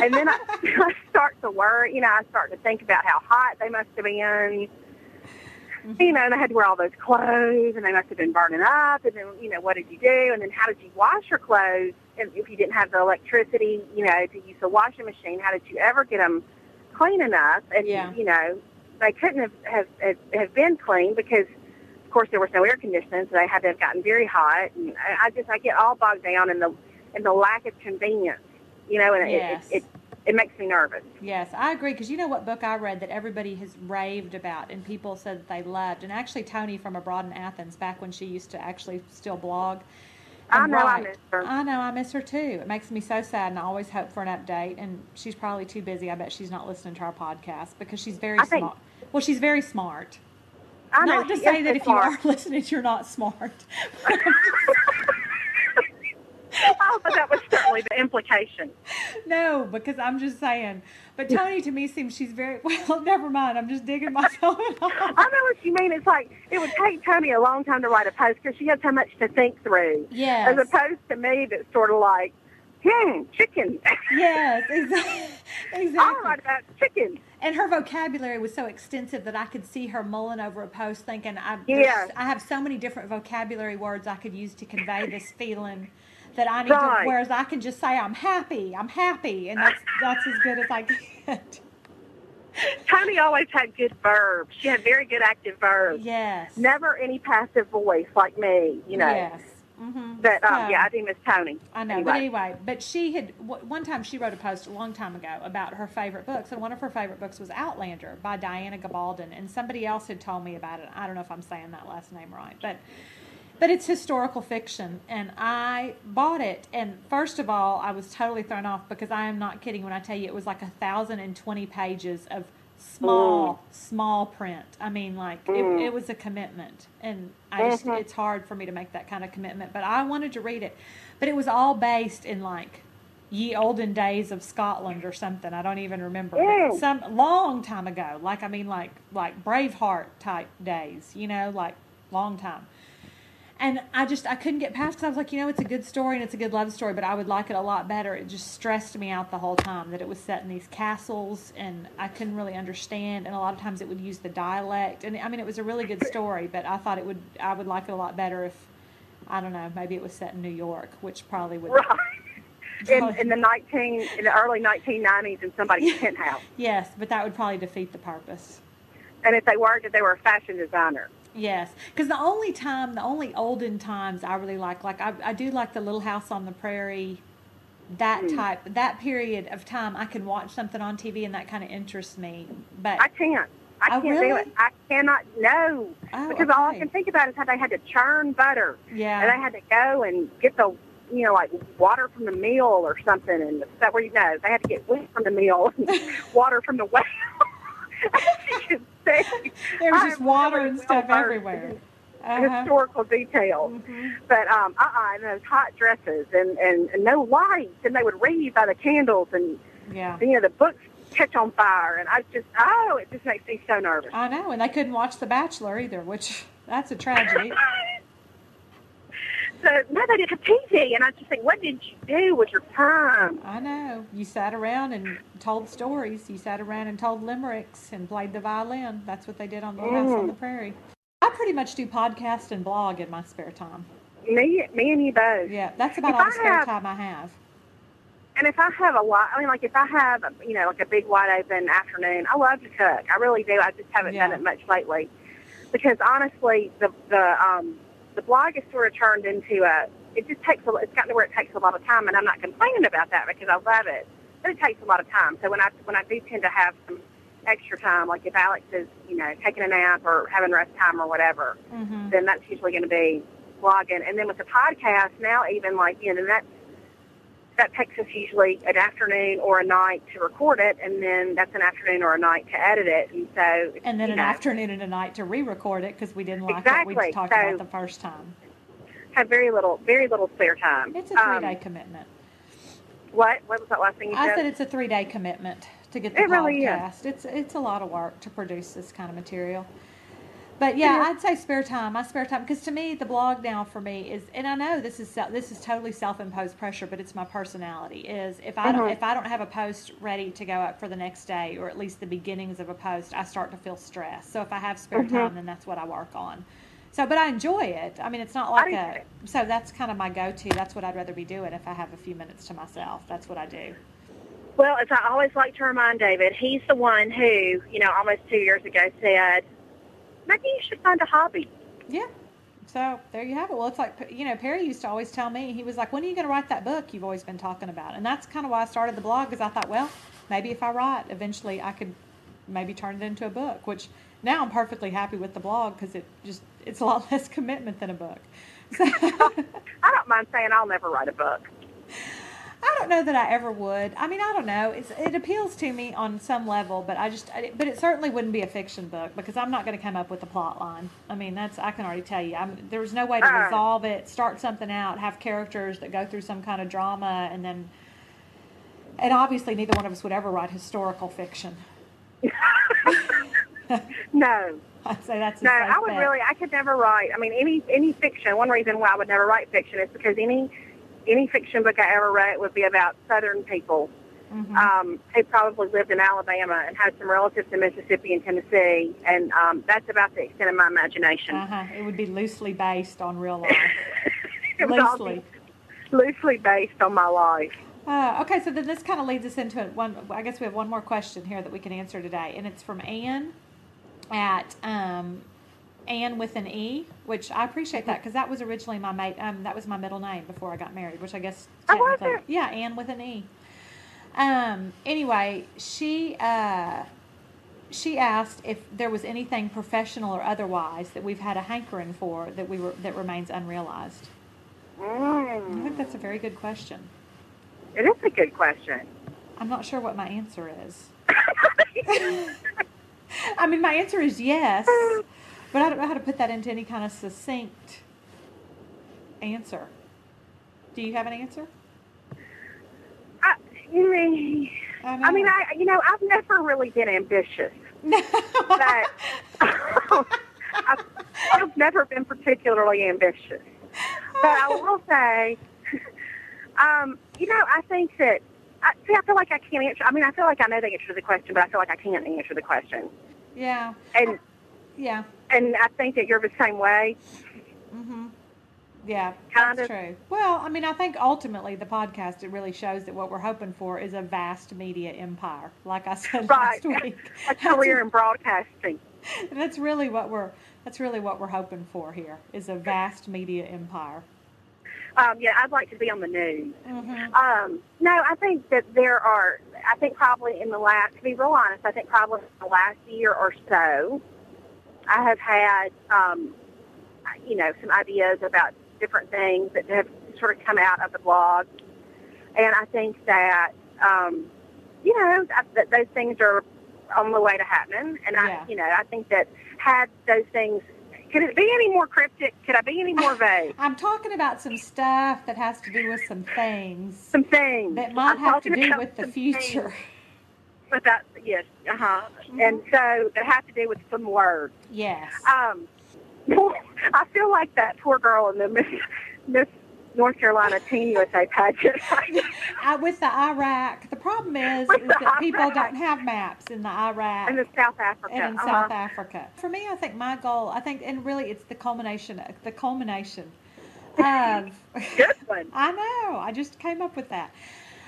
[SPEAKER 2] and then I, *laughs* I start to worry, you know, I start to think about how hot they must have been.
[SPEAKER 1] Mm-hmm.
[SPEAKER 2] You know, and I had to wear all those clothes, and they must have been burning up. And then, you know, what did you do? And then, how did you wash your clothes? And if you didn't have the electricity, you know, to use the washing machine, how did you ever get them clean enough? And
[SPEAKER 1] Yeah.
[SPEAKER 2] you know, they couldn't have, have have have been clean because, of course, there was no air conditioning, so they had to have gotten very hot. And I, I just I get all bogged down in the in the lack of convenience, you know, and
[SPEAKER 1] Yes.
[SPEAKER 2] it, it it it makes me nervous.
[SPEAKER 1] Yes, I agree. Because you know what book I read that everybody has raved about and people said that they loved. And actually, Tony from Abroad in Athens, back when she used to actually still blog.
[SPEAKER 2] I
[SPEAKER 1] and
[SPEAKER 2] know I
[SPEAKER 1] write.
[SPEAKER 2] miss her.
[SPEAKER 1] I know I miss her too. It makes me so sad, and I always hope for an update. And she's probably too busy. I bet she's not listening to our podcast because she's very
[SPEAKER 2] I think-
[SPEAKER 1] smart. Well, she's very smart.
[SPEAKER 2] I know
[SPEAKER 1] Not to
[SPEAKER 2] she
[SPEAKER 1] say
[SPEAKER 2] is
[SPEAKER 1] that
[SPEAKER 2] so
[SPEAKER 1] if you are *laughs*
[SPEAKER 2] smart.
[SPEAKER 1] listening, you're not smart. *laughs*
[SPEAKER 2] oh, *laughs* but that was certainly the implication.
[SPEAKER 1] No, because I'm just saying. But Tony, to me, seems she's very *laughs* well. Never mind. I'm just digging myself.
[SPEAKER 2] I know what you mean. It's like it would take Tony a long time to write a post because she has so much to think through.
[SPEAKER 1] Yes.
[SPEAKER 2] As opposed to me, that's sort of like, hmm, chicken. *laughs*
[SPEAKER 1] yes, *laughs* exactly. exactly.
[SPEAKER 2] I'll write about chicken.
[SPEAKER 1] And her vocabulary was so extensive that I could see her mulling over a post, thinking, "I,
[SPEAKER 2] Yes.
[SPEAKER 1] I have so many different vocabulary words I could use to convey this feeling that I need."
[SPEAKER 2] Right.
[SPEAKER 1] To, whereas I can just say, "I'm happy, I'm happy," and that's that's as good as I *laughs* get.
[SPEAKER 2] Tony always had good verbs. She had very good active verbs.
[SPEAKER 1] yes.
[SPEAKER 2] Never any passive voice like me, you know.
[SPEAKER 1] Yes. Mm-hmm.
[SPEAKER 2] But um,
[SPEAKER 1] So-
[SPEAKER 2] yeah, I do miss Tony.
[SPEAKER 1] I know, but
[SPEAKER 2] Anyway.
[SPEAKER 1] anyway, but she had w- one time she wrote a post a long time ago about her favorite books, and one of her favorite books was Outlander by Diana Gabaldon, and somebody else had told me about it. I don't know if I'm saying that last name right, but but it's historical fiction, and I bought it. And first of all, I was totally thrown off because I am not kidding when I tell you it was like a thousand and twenty pages of small, small print. I mean, like it, it was a commitment, and I just
[SPEAKER 2] Mhm.
[SPEAKER 1] it's hard for me to make that kind of commitment, but I wanted to read it. But it was all based in like ye olden days of Scotland or something. I don't even remember. But
[SPEAKER 2] Mm.
[SPEAKER 1] Some long time ago. Like I mean like like Braveheart type days, you know, like long time. And I just I couldn't get past because I was like, you know, it's a good story and it's a good love story, but I would like it a lot better. It just stressed me out the whole time that it was set in these castles and I couldn't really understand. And a lot of times it would use the dialect. And I mean, it was a really good story, but I thought it would I would like it a lot better if I don't know maybe it was set in New York, which probably would
[SPEAKER 2] *laughs*
[SPEAKER 1] *laughs*
[SPEAKER 2] Right. In, in the nineteen, in the early nineteen nineties, in somebody's penthouse,
[SPEAKER 1] yes, but that would probably defeat the purpose.
[SPEAKER 2] and if they weren't, that they were a fashion designer.
[SPEAKER 1] Yes, because the only time, the only olden times I really like, like I, I do like the Little House on the Prairie, that
[SPEAKER 2] Hmm.
[SPEAKER 1] type, that period of time. I can watch something on TV and that kind of interests me. But
[SPEAKER 2] I can't. I
[SPEAKER 1] Oh,
[SPEAKER 2] can't do
[SPEAKER 1] really?
[SPEAKER 2] it. I cannot. No.
[SPEAKER 1] Oh,
[SPEAKER 2] because all I
[SPEAKER 1] okay.
[SPEAKER 2] can think about is how they had to churn butter.
[SPEAKER 1] Yeah.
[SPEAKER 2] And they had to go and get the, you know, like water from the mill or something. And that where you know, they had to get wheat from the mill
[SPEAKER 1] *laughs*
[SPEAKER 2] and water from the well. *laughs* As you can see,
[SPEAKER 1] there was
[SPEAKER 2] I'm
[SPEAKER 1] just water
[SPEAKER 2] really
[SPEAKER 1] and
[SPEAKER 2] well
[SPEAKER 1] stuff
[SPEAKER 2] versed
[SPEAKER 1] everywhere.
[SPEAKER 2] in
[SPEAKER 1] Uh-huh. Mm-hmm.
[SPEAKER 2] Historical detail. But um, uh-uh, and those hot dresses and, and, and no lights. And they would read by the candles and,
[SPEAKER 1] Yeah,
[SPEAKER 2] you know, the books catch on fire. And I just, oh, it just makes me so nervous.
[SPEAKER 1] I know, and they couldn't watch The Bachelor either, which that's a tragedy.
[SPEAKER 2] so no, they didn't have TV, and I just think, what did you do with your time?
[SPEAKER 1] I know. You sat around and told stories. You sat around and told limericks and played the violin. That's what they did on Little House on
[SPEAKER 2] Mm.
[SPEAKER 1] the Prairie. I pretty much do podcast and blog in my spare time.
[SPEAKER 2] Me, me, and you both.
[SPEAKER 1] Yeah, that's about
[SPEAKER 2] If
[SPEAKER 1] all
[SPEAKER 2] I
[SPEAKER 1] the spare
[SPEAKER 2] have-
[SPEAKER 1] time I have.
[SPEAKER 2] And if I have a lot, I mean, like if I have, you know, like a big wide open afternoon, I love to cook. I really do. I just haven't
[SPEAKER 1] Yeah.
[SPEAKER 2] done it much lately because honestly, the the um, the blog is sort of turned into a. It just takes a. It's gotten to where it takes a lot of time, and I'm not complaining about that because I love it. But it takes a lot of time. So when I when I do tend to have some extra time, like if Alex is, you know, taking a nap or having rest time or whatever,
[SPEAKER 1] hmm
[SPEAKER 2] then that's usually going to be blogging. And then with the podcast now, even like you know that that takes us usually an afternoon or a night to record it, and then that's an afternoon or a night to edit it. And so
[SPEAKER 1] And then
[SPEAKER 2] you
[SPEAKER 1] an
[SPEAKER 2] know,
[SPEAKER 1] afternoon and a night to re-record it because we didn't like what
[SPEAKER 2] Exactly.
[SPEAKER 1] we talked
[SPEAKER 2] So-
[SPEAKER 1] about the first time.
[SPEAKER 2] have very little very little spare time.
[SPEAKER 1] It's a
[SPEAKER 2] Um,
[SPEAKER 1] three-day commitment.
[SPEAKER 2] what what was that last thing you
[SPEAKER 1] I
[SPEAKER 2] said?
[SPEAKER 1] said it's a three-day commitment to get the
[SPEAKER 2] It really is.
[SPEAKER 1] podcast. It's it's a lot of work to produce this kind of material. But yeah, I'd say spare time. My spare time, because to me, the blog now for me is, and I know this is se- this is totally self-imposed pressure, but it's my personality. Is if I don't
[SPEAKER 2] Mhm.
[SPEAKER 1] if I don't have a post ready to go up for the next day, or at least the beginnings of a post, I start to feel stressed. So if I have spare
[SPEAKER 2] Mm-hmm.
[SPEAKER 1] time, then that's what I work on. So, but I enjoy it. I mean, it's not like
[SPEAKER 2] do
[SPEAKER 1] a so that's kind of my go-to. That's what I'd rather be doing if I have a few minutes to myself. That's what I do.
[SPEAKER 2] Well, as I always like to remind David, he's the one who, you know, almost two years ago said, maybe you should find a hobby.
[SPEAKER 1] Yeah. So there you have it. Well, it's like, you know, Perry used to always tell me, he was like, when are you going to write that book you've always been talking about? And that's kind of why I started the blog because I thought, well, maybe if I write, eventually I could maybe turn it into a book, which now I'm perfectly happy with the blog because it just, it's a lot *laughs* less commitment than a book. So
[SPEAKER 2] I don't mind saying I'll never write a book.
[SPEAKER 1] I don't know that I ever would. I mean, I don't know. It's, it appeals to me on some level, but I just, I- but it certainly wouldn't be a fiction book because I'm not going to come up with a plot line. I mean, that's I can already tell you. I'm, there was no way to
[SPEAKER 2] Uh-uh.
[SPEAKER 1] resolve it, start something out, have characters that go through some kind of drama, and then, and obviously, neither one of us would ever write historical fiction. *laughs*
[SPEAKER 2] No,
[SPEAKER 1] I'd say that's a
[SPEAKER 2] no,
[SPEAKER 1] safe
[SPEAKER 2] I would
[SPEAKER 1] bet.
[SPEAKER 2] really, I could never write. I mean, any any fiction. One reason why I would never write fiction is because any any fiction book I ever wrote would be about Southern people
[SPEAKER 1] Mhm.
[SPEAKER 2] um, who probably lived in Alabama and had some relatives in Mississippi and Tennessee, and um, that's about the extent of my imagination.
[SPEAKER 1] Uh-huh. It would be loosely based on real life.
[SPEAKER 2] *laughs* It was all
[SPEAKER 1] loosely.
[SPEAKER 2] loosely based on my life.
[SPEAKER 1] Uh, okay, so then this kind of leads us into it. One, I guess we have one more question here that we can answer today, and it's from Anne at um, Anne with an E, which I appreciate that because that was originally my mate. Um, that was my middle name before I got married, which I guess
[SPEAKER 2] Oh, was
[SPEAKER 1] technically,
[SPEAKER 2] it?
[SPEAKER 1] yeah, Anne with an E. Um, anyway, she uh, she asked if there was anything professional or otherwise that we've had a hankering for that we were that remains unrealized. I
[SPEAKER 2] Mm.
[SPEAKER 1] think that's a very good question.
[SPEAKER 2] It is a good question.
[SPEAKER 1] I'm not sure what my answer
[SPEAKER 2] *laughs*
[SPEAKER 1] is. I mean, my answer is yes, but I don't know how to put that into any kind of succinct answer. Do you have an answer?
[SPEAKER 2] I, you mean, I
[SPEAKER 1] *laughs*
[SPEAKER 2] mean, I you know, I've never really been ambitious, but I've, I've never been particularly ambitious. But I will say, um, you know, I think that. I, see, I feel like I can't answer. I mean, I feel like I know the answer to the question, but I feel like I can't answer the question.
[SPEAKER 1] yeah,
[SPEAKER 2] And
[SPEAKER 1] yeah,
[SPEAKER 2] and I think that you're the same way.
[SPEAKER 1] mm-hmm. yeah,
[SPEAKER 2] Kind
[SPEAKER 1] that's
[SPEAKER 2] of.
[SPEAKER 1] true. Well, I mean, I think ultimately the podcast it really shows that what we're hoping for is a vast media empire, like I said
[SPEAKER 2] Right.
[SPEAKER 1] last week.
[SPEAKER 2] A career in broadcasting.
[SPEAKER 1] that's really what we're that's really what we're hoping for here is a vast media empire.
[SPEAKER 2] Um, yeah, I'd like to be on the news.
[SPEAKER 1] Mm-hmm.
[SPEAKER 2] Um, no, I think that there are, I think probably in the last, to be real honest, I think probably in the last year or so, I have had, um, you know, some ideas about different things that have sort of come out of the blog. And I think that, um, you know, I, that those things are on the way to happening. And I,
[SPEAKER 1] Yeah.
[SPEAKER 2] you know, I think that had those things, could it be any more cryptic? Could I be any more vague?
[SPEAKER 1] I'm talking about some stuff that has to do with some things
[SPEAKER 2] Some things
[SPEAKER 1] that might
[SPEAKER 2] I'm
[SPEAKER 1] have to
[SPEAKER 2] talking
[SPEAKER 1] do
[SPEAKER 2] about
[SPEAKER 1] with the
[SPEAKER 2] some things.
[SPEAKER 1] future.
[SPEAKER 2] But that, yes, uh huh.
[SPEAKER 1] Mm-hmm.
[SPEAKER 2] And so that have to do with some words.
[SPEAKER 1] *laughs* Yes.
[SPEAKER 2] Um, *laughs* I feel like that poor girl in the Miss, Miss North Carolina Teen USA pageant.
[SPEAKER 1] I, Uh, with the Iraq, the problem is,
[SPEAKER 2] With
[SPEAKER 1] is
[SPEAKER 2] the
[SPEAKER 1] that people
[SPEAKER 2] Iraq.
[SPEAKER 1] don't have maps in the Iraq.
[SPEAKER 2] and *laughs* in South Africa.
[SPEAKER 1] and in
[SPEAKER 2] uh-huh.
[SPEAKER 1] South Africa. For me, I think my goal, I think, and really it's the culmination, the
[SPEAKER 2] *laughs*
[SPEAKER 1] culmination of,
[SPEAKER 2] Good one.
[SPEAKER 1] I know, I just came up with that.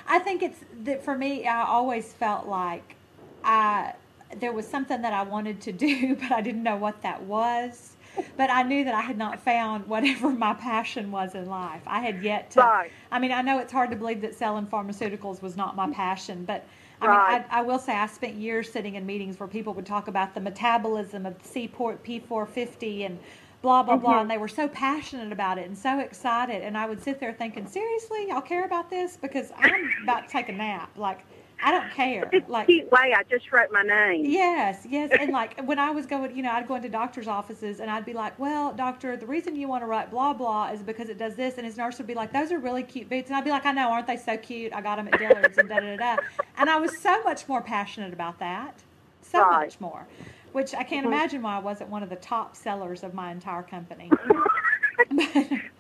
[SPEAKER 1] I think it's that for me, I always felt like I, there was something that I wanted to do, *laughs* but I didn't know what that was. But I knew that I had not found whatever my passion was in life. I had yet to.
[SPEAKER 2] Right.
[SPEAKER 1] I mean, I know it's hard to believe that selling pharmaceuticals was not my passion, but I mean,
[SPEAKER 2] Right.
[SPEAKER 1] I, I will say I spent years sitting in meetings where people would talk about the metabolism of C port P450 and blah blah blah, and they were so passionate about it and so excited, and I would sit there thinking, seriously, y'all care about this? Because I'm about to take a nap. Like, I don't care.
[SPEAKER 2] It's a
[SPEAKER 1] Like,
[SPEAKER 2] cute way I just wrote my name.
[SPEAKER 1] Yes, yes. And like when I was going, you know, I'd go into doctor's offices and I'd be like, well, doctor, the reason you want to write blah, blah is because it does this. And his nurse would be like, those are really cute boots. And I'd be like, I know, aren't they so cute? I got them at Dillard's and da da da da. And I was so much more passionate about that. So
[SPEAKER 2] Right.
[SPEAKER 1] much more. which I can't imagine why I wasn't one of the top sellers of my entire company. *laughs*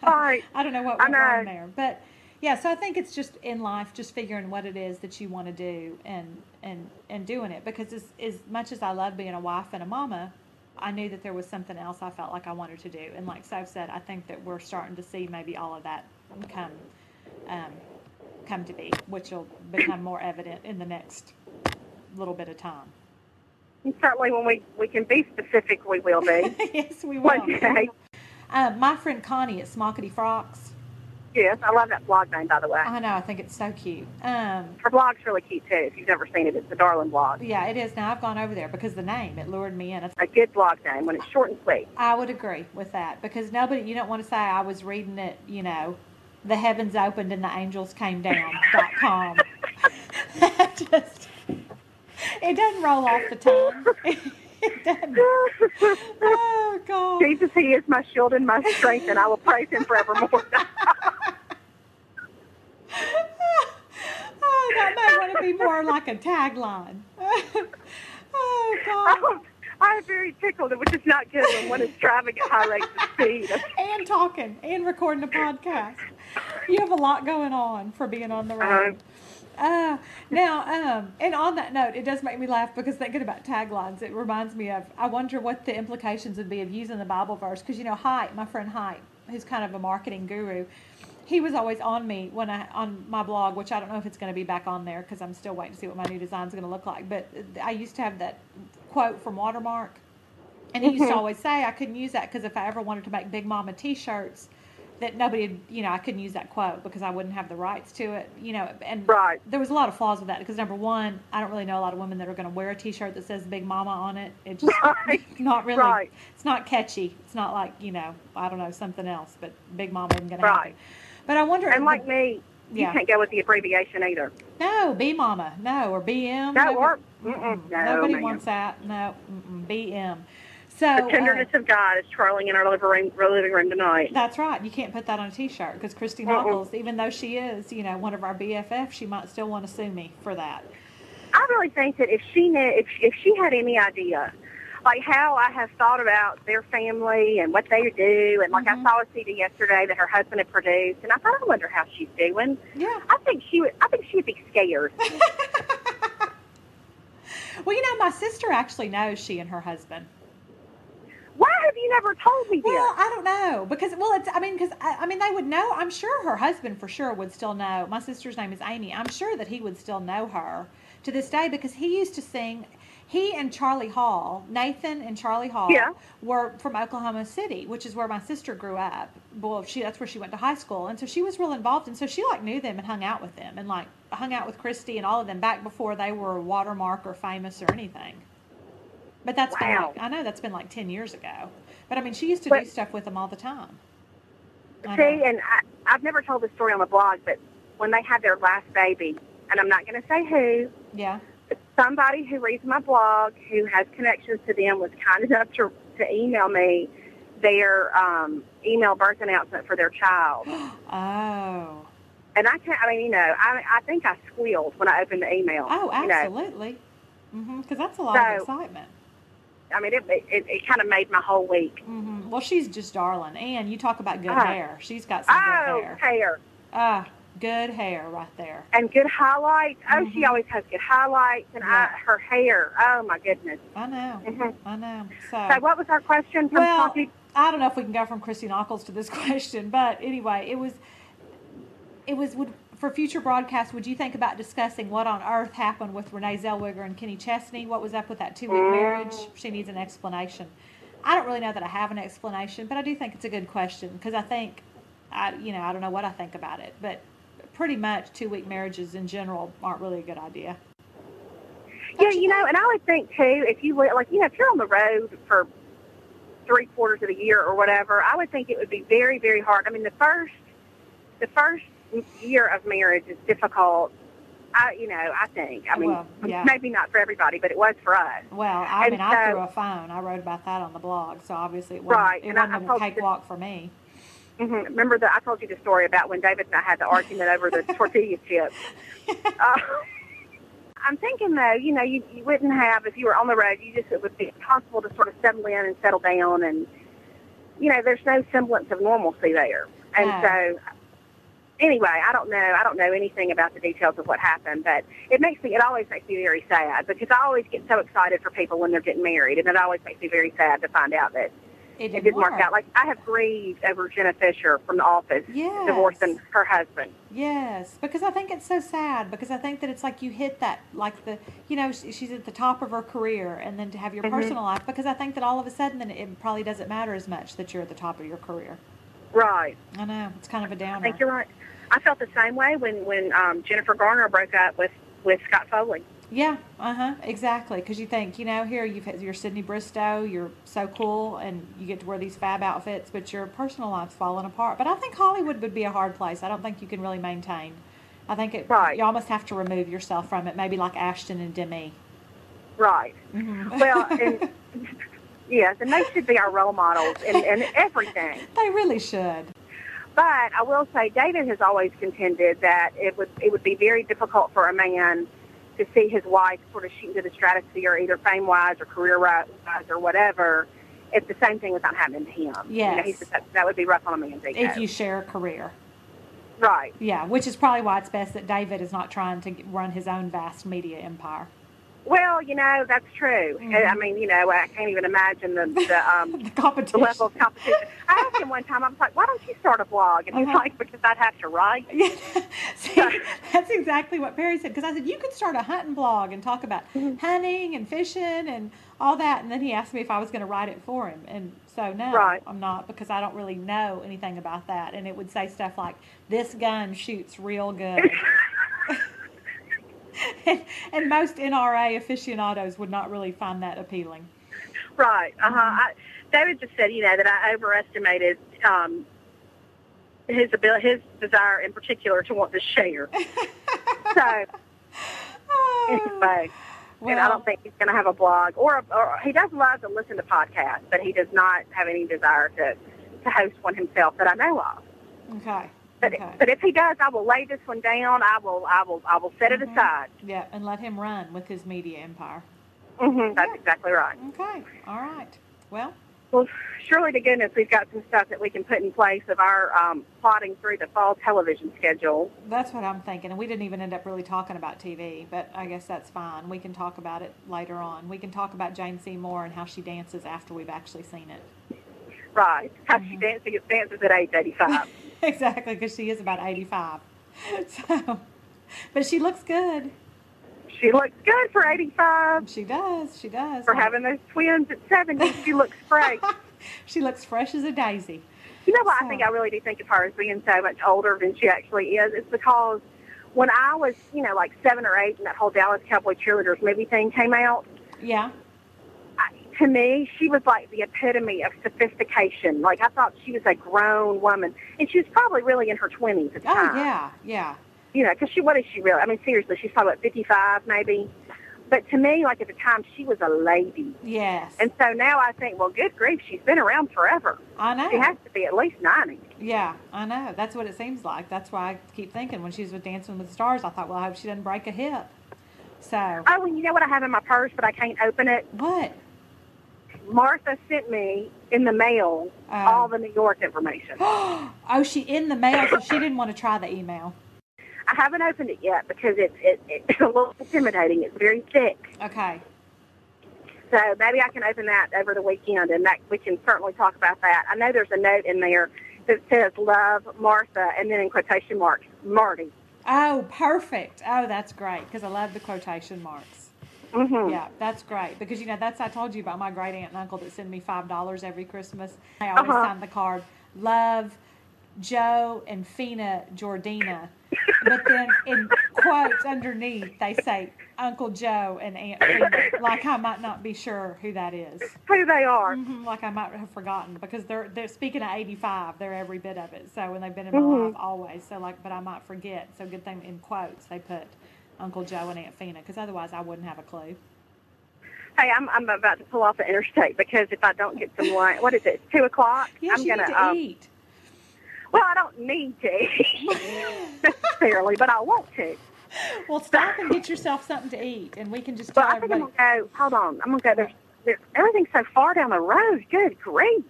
[SPEAKER 2] Right.
[SPEAKER 1] I don't know what
[SPEAKER 2] I
[SPEAKER 1] went wrong
[SPEAKER 2] know.
[SPEAKER 1] there, but yeah. So I think it's just in life, just figuring what it is that you want to do and and and doing it. Because as, as much as I love being a wife and a mama, I knew that there was something else I felt like I wanted to do. And like Soph said, I think that we're starting to see maybe all of that come um, come to be, which will become more evident in the next little bit of time. *laughs*
[SPEAKER 2] And certainly when we, we can be specific,
[SPEAKER 1] *laughs*
[SPEAKER 2] we will be.
[SPEAKER 1] yes, we will.
[SPEAKER 2] One day.
[SPEAKER 1] Uh, my friend Connie at Smockety Frocks.
[SPEAKER 2] Yes, I love that blog name, by the way.
[SPEAKER 1] I know. I think it's so cute. Um,
[SPEAKER 2] Her blog's really cute, too. If you've never seen it, it's the Darling blog.
[SPEAKER 1] yeah, it is. Now I've gone over there because the name it lured me in.
[SPEAKER 2] A good blog name when it's short and sweet.
[SPEAKER 1] I would agree with that because nobody. You don't want to say I was reading it. You know, the heavens opened and the angels came down. dot com. *laughs* That just it doesn't roll off the tongue. *laughs* It doesn't. Oh God.
[SPEAKER 2] Jesus, He is my shield and my strength, and I will praise Him forevermore.
[SPEAKER 1] *laughs*
[SPEAKER 2] *laughs*
[SPEAKER 1] oh, that may want to be more like a tagline. *laughs* oh God.
[SPEAKER 2] I'm very tickled, which is not good when one is driving at high rates of speed.
[SPEAKER 1] And talking and recording a podcast. You have a lot going on for being on the road. Uh, now, um, and on that note, it does make me laugh because thinking about taglines, it reminds me of. I wonder what the implications would be of using the Bible verse because you know, Hype, my friend Hype, who's kind of a marketing guru, he was always on me when I on my blog, which I don't know if it's going to be back on there because I'm still waiting to see what my new design's going to look like. But uh, I used to have that quote from Watermark. And he used
[SPEAKER 2] Mm-hmm.
[SPEAKER 1] to always say I couldn't use that because if I ever wanted to make Big Mama T-shirts, that nobody, had, you know, I couldn't use that quote because I wouldn't have the rights to it, you know. And
[SPEAKER 2] Right.
[SPEAKER 1] there was a lot of flaws with that because number one, I don't really know a lot of women that are going to wear a T-shirt that says Big Mama on it. It's just
[SPEAKER 2] *laughs* Right.
[SPEAKER 1] *laughs* not really.
[SPEAKER 2] Right.
[SPEAKER 1] It's not catchy. It's not like you know, I don't know something else. But Big Mama isn't going to happen.
[SPEAKER 2] Right.
[SPEAKER 1] But I wonder. if
[SPEAKER 2] And like
[SPEAKER 1] the-
[SPEAKER 2] me,
[SPEAKER 1] Yeah.
[SPEAKER 2] you can't go with the abbreviation either.
[SPEAKER 1] no, B Mama, no, or BM.
[SPEAKER 2] That
[SPEAKER 1] nobody-
[SPEAKER 2] work? Mm-mm.
[SPEAKER 1] *laughs*
[SPEAKER 2] No,
[SPEAKER 1] Nobody
[SPEAKER 2] ma'am.
[SPEAKER 1] wants that. No, mm-mm, BM. So
[SPEAKER 2] The tenderness
[SPEAKER 1] uh,
[SPEAKER 2] of God is twirling in our living room, our living room tonight.
[SPEAKER 1] That's right. You can't put that on a T-shirt because Christy
[SPEAKER 2] Mm-mm.
[SPEAKER 1] Knuckles, even though she is, you know, one of our BFF, she might still want to sue me for that.
[SPEAKER 2] I really think that if she knew, if if she had any idea, like how I have thought about their family and what they do, and like
[SPEAKER 1] Mhm.
[SPEAKER 2] I saw a CD yesterday that her husband had produced, and I thought, I wonder how she's doing.
[SPEAKER 1] Yeah.
[SPEAKER 2] I think she would. I think she would be
[SPEAKER 1] *laughs*
[SPEAKER 2] scared.
[SPEAKER 1] Well, you know, my sister actually knows she and her husband.
[SPEAKER 2] Why have you never told me this?
[SPEAKER 1] Well, I don't know because well, it's I mean because I, I mean they would know. I'm sure her husband for sure would still know. My sister's name is Amy. I'm sure that he would still know her to this day because he used to sing. He and Charlie Hall, Nathan and Charlie Hall,
[SPEAKER 2] Yeah.
[SPEAKER 1] were from Oklahoma City, which is where my sister grew up. Well, she that's where she went to high school, and so she was real involved, and so she like knew them and hung out with them, and like hung out with Christy and all of them back before they were watermark or famous or anything. But that's been
[SPEAKER 2] Wow.
[SPEAKER 1] like, I know that's been like 10 years ago. But I mean, she used to do
[SPEAKER 2] But-
[SPEAKER 1] stuff with them all the time. I
[SPEAKER 2] See,
[SPEAKER 1] know.
[SPEAKER 2] and I, I've never told this story on the blog, but when they had their last baby, and I'm not going to say who,
[SPEAKER 1] Yeah.
[SPEAKER 2] but somebody who reads my blog who has connections to them was kind enough to, to email me their um, email birth announcement for
[SPEAKER 1] *gasps*
[SPEAKER 2] their child.
[SPEAKER 1] Oh.
[SPEAKER 2] And I can't, I mean, you know, I, I think I squealed when I opened the email.
[SPEAKER 1] Oh,
[SPEAKER 2] you know.
[SPEAKER 1] absolutely. Mhm. Because that's a lot of
[SPEAKER 2] So-
[SPEAKER 1] excitement.
[SPEAKER 2] I mean, it, it, it kind of made my whole week.
[SPEAKER 1] hmm Well, she's just darling. And you talk about good
[SPEAKER 2] Uh-huh.
[SPEAKER 1] hair. She's got some
[SPEAKER 2] Oh,
[SPEAKER 1] good hair.
[SPEAKER 2] hair.
[SPEAKER 1] Ah, good hair right there.
[SPEAKER 2] And good highlights. Oh, she
[SPEAKER 1] Mhm.
[SPEAKER 2] always has good highlights. And
[SPEAKER 1] Yeah.
[SPEAKER 2] I, her hair. Oh, my goodness.
[SPEAKER 1] I know.
[SPEAKER 2] hmm
[SPEAKER 1] I know.
[SPEAKER 2] So what was our question from
[SPEAKER 1] Well,
[SPEAKER 2] Poppy?
[SPEAKER 1] I don't know if we can go from Christy Knuckles to this *laughs* question, but anyway, it was it was would for future broadcasts. Would you think about discussing what on earth happened with Renee Zellweger and Kenny Chesney? What was up with that two week
[SPEAKER 2] Mm.
[SPEAKER 1] marriage? She needs an explanation. I don't really know that I have an explanation, but I do think it's a good question because I think I you know I don't know what I think about it, but pretty much two week marriages in general aren't really a good idea.
[SPEAKER 2] Yeah, you know, and I would think too, if you li- like, you know, if you're on the road for three quarters of the year or whatever, I would think it would be very, very hard. I mean, the first, the first year of marriage is difficult. I, you know, I think. I mean,
[SPEAKER 1] Oh, Well, yeah.
[SPEAKER 2] maybe not for everybody, but it was for us.
[SPEAKER 1] Well, I
[SPEAKER 2] And
[SPEAKER 1] mean, I
[SPEAKER 2] so-
[SPEAKER 1] threw a phone. I wrote about that on the blog, so obviously it wasn't,
[SPEAKER 2] Right,
[SPEAKER 1] it
[SPEAKER 2] and I- I
[SPEAKER 1] wasn't a
[SPEAKER 2] told you-
[SPEAKER 1] cakewalk for me.
[SPEAKER 2] hmm Remember that I told you the story about when David and I had the argument over the tortilla chips. Uh, I'm thinking though, you know, you, you wouldn't have if you were on the road. You just it would be impossible to sort of settle in and settle down, and you know, there's no semblance of normalcy there. And
[SPEAKER 1] No.
[SPEAKER 2] so, anyway, I don't know. I don't know anything about the details of what happened, but it makes me. It always makes me very sad because I always get so excited for people when they're getting married, and it always makes me very sad to find out that
[SPEAKER 1] It
[SPEAKER 2] it didn't work out. Like I have grieved over Jenna Fisher from The Office
[SPEAKER 1] Yes.
[SPEAKER 2] divorcing her husband.
[SPEAKER 1] Yes, because I think it's so sad because I think that it's like you hit that like the you know sh- she's at the top of her career and then to have your
[SPEAKER 2] Mhm.
[SPEAKER 1] personal life because I think that all of a sudden then it probably doesn't matter as much that you're at the top of your career.
[SPEAKER 2] Right.
[SPEAKER 1] I know it's kind of a
[SPEAKER 2] I
[SPEAKER 1] downer.
[SPEAKER 2] think you're right. I felt the same way when when um, Jennifer Garner broke up with with Scott Foley.
[SPEAKER 1] Yeah, uh huh, exactly. Because you think you know here you've you're Sydney Bristow, you're so cool, and you get to wear these fab outfits, but your personal life's falling apart. But I think Hollywood would be a hard place. I don't think you can really maintain. I think it
[SPEAKER 2] Right.
[SPEAKER 1] you almost have to remove yourself from it, maybe like Ashton and Demi.
[SPEAKER 2] Right.
[SPEAKER 1] Mhm.
[SPEAKER 2] Well, and, *laughs* yes, and they should be our role models in, in everything.
[SPEAKER 1] They really should.
[SPEAKER 2] But I will say, David has always contended that it would it would be very difficult for a man to see his wife sort of shoot into the stratosphere, either fame wise or career wise or whatever, if the same thing was not happening to him. You know,
[SPEAKER 1] Yes.
[SPEAKER 2] he said that, that would be rough on a man's ego.
[SPEAKER 1] If you share a career.
[SPEAKER 2] right.
[SPEAKER 1] Yeah, which is probably why it's best that David is not trying to g- run his own vast media empire. *laughs*
[SPEAKER 2] Well, you know that's true.
[SPEAKER 1] Mhm.
[SPEAKER 2] I mean, you know, I can't even imagine the the,
[SPEAKER 1] *laughs*
[SPEAKER 2] um,
[SPEAKER 1] The
[SPEAKER 2] the
[SPEAKER 1] competition.
[SPEAKER 2] level of competition. I asked him one time. I was like, "Why don't you start a blog?" And he's
[SPEAKER 1] Uh-huh.
[SPEAKER 2] like, "Because I'd have to write."
[SPEAKER 1] *laughs* Yeah, See, that's exactly what Perry said. Because I said, you could start a hunting blog and talk about
[SPEAKER 2] Mm-hmm.
[SPEAKER 1] hunting and fishing and all that. And then he asked me if I was going to write it for him. And so, no,
[SPEAKER 2] Right.
[SPEAKER 1] I'm not because I don't really know anything about that. And it would say stuff like, this gun shoots real
[SPEAKER 2] *laughs*
[SPEAKER 1] good. and, and most NRA aficionados would not really find that appealing.
[SPEAKER 2] Right. Uh huh. David just said, you know, that I overestimated um, his abil- his desire in particular to want
[SPEAKER 1] *laughs*
[SPEAKER 2] to share. so
[SPEAKER 1] Oh,
[SPEAKER 2] anyway, and I don't think he's going to have a blog or, a, or he does love to listen to podcasts, but he does not have any desire to to host one himself that I know of.
[SPEAKER 1] okay.
[SPEAKER 2] But
[SPEAKER 1] okay.
[SPEAKER 2] *laughs* but if he does, I will lay this one down. I will I will I will set it
[SPEAKER 1] Mhm.
[SPEAKER 2] aside.
[SPEAKER 1] Yeah, and let him run with his media empire.
[SPEAKER 2] hmm That's
[SPEAKER 1] Yeah.
[SPEAKER 2] exactly right.
[SPEAKER 1] Okay, all right. Well,
[SPEAKER 2] Well, surely to goodness, we've got some stuff that we can put in place of our um, plotting through the fall television schedule.
[SPEAKER 1] that's what I'm thinking. And we didn't even end up really talking about TV, but I guess that's fine. We can talk about it later on. We can talk about Jane Seymour and how she dances after we've actually seen it. *laughs*
[SPEAKER 2] Right. How she dances, dances at age 85.
[SPEAKER 1] exactly, because she is about 85. *laughs* So, but she looks good.
[SPEAKER 2] *laughs* she looks good for 85.
[SPEAKER 1] She does. She does.
[SPEAKER 2] For having those twins at 70, she looks
[SPEAKER 1] *laughs*
[SPEAKER 2] great.
[SPEAKER 1] she looks fresh as a daisy.
[SPEAKER 2] You know what
[SPEAKER 1] So-
[SPEAKER 2] I think I really do think of her as being so much older than she actually is? It's because when I was, you know, like seven or eight and that whole Dallas Cowboy Cheerleaders movie thing came out,
[SPEAKER 1] Yeah.
[SPEAKER 2] I, to me, she was like the epitome of sophistication. Like, I thought she was a grown woman. And she was probably really in her 20s at the
[SPEAKER 1] Oh,
[SPEAKER 2] time.
[SPEAKER 1] yeah. Yeah.
[SPEAKER 2] you know, because she, what is she really? I mean, seriously, she's probably about 55 maybe. But to me, like at the time, she was a lady.
[SPEAKER 1] Yes.
[SPEAKER 2] And so now I think, well, good grief, she's been around forever.
[SPEAKER 1] I know.
[SPEAKER 2] She has to be at least 90.
[SPEAKER 1] Yeah, I know. That's what it seems like. That's why I keep thinking when she was with Dancing with the Stars, I thought, well, I hope she doesn't break a hip. So,
[SPEAKER 2] Oh, and you know what I have in my purse, but I can't open it?
[SPEAKER 1] what? *gasps*
[SPEAKER 2] Martha sent me in the mail
[SPEAKER 1] Oh.
[SPEAKER 2] all the New York
[SPEAKER 1] *gasps*
[SPEAKER 2] information.
[SPEAKER 1] Oh, she in the mail, so she didn't want to try the email.
[SPEAKER 2] I haven't opened it yet because it's it, *laughs* it's a little intimidating. It's very thick.
[SPEAKER 1] Okay.
[SPEAKER 2] So maybe I can open that over the weekend, and that we can certainly talk about that. I know there's a note in there that says "Love Martha," and then in quotation marks, Marty.
[SPEAKER 1] Oh, perfect. Oh, that's great because I love the quotation marks.
[SPEAKER 2] Mm-hmm.
[SPEAKER 1] Yeah, that's great because you know that's I told you about my great aunt and uncle that send me five dollars every Christmas. I always
[SPEAKER 2] Uh-huh.
[SPEAKER 1] sign the card, love Joe and Fina Jordina, but then in quotes underneath they say Uncle Joe and Aunt Fina, like I might not be sure who that is.
[SPEAKER 2] Who they are.
[SPEAKER 1] Mhm, like I might have forgotten because they're they're speaking at eighty five. They're every bit of it. So when they've been in my
[SPEAKER 2] Mhm.
[SPEAKER 1] life always. So like, but I might forget. So good thing in quotes they put Uncle Joe and Aunt Fina because otherwise I wouldn't have a clue.
[SPEAKER 2] Hey, I'm I'm about to pull off the interstate because if I don't get some lunch, what is it? Two o'clock.
[SPEAKER 1] Yes,
[SPEAKER 2] I'm
[SPEAKER 1] you
[SPEAKER 2] gonna.
[SPEAKER 1] need to
[SPEAKER 2] um,
[SPEAKER 1] eat. *laughs*
[SPEAKER 2] Well, I don't need to eat necessarily, but I want to.
[SPEAKER 1] Well, stop and get yourself something to eat, and we can just tell
[SPEAKER 2] But I think I'm
[SPEAKER 1] everybody.
[SPEAKER 2] gonna go. Hold on, I'm gonna go. There's, there's everything's so far down the road. Good grief!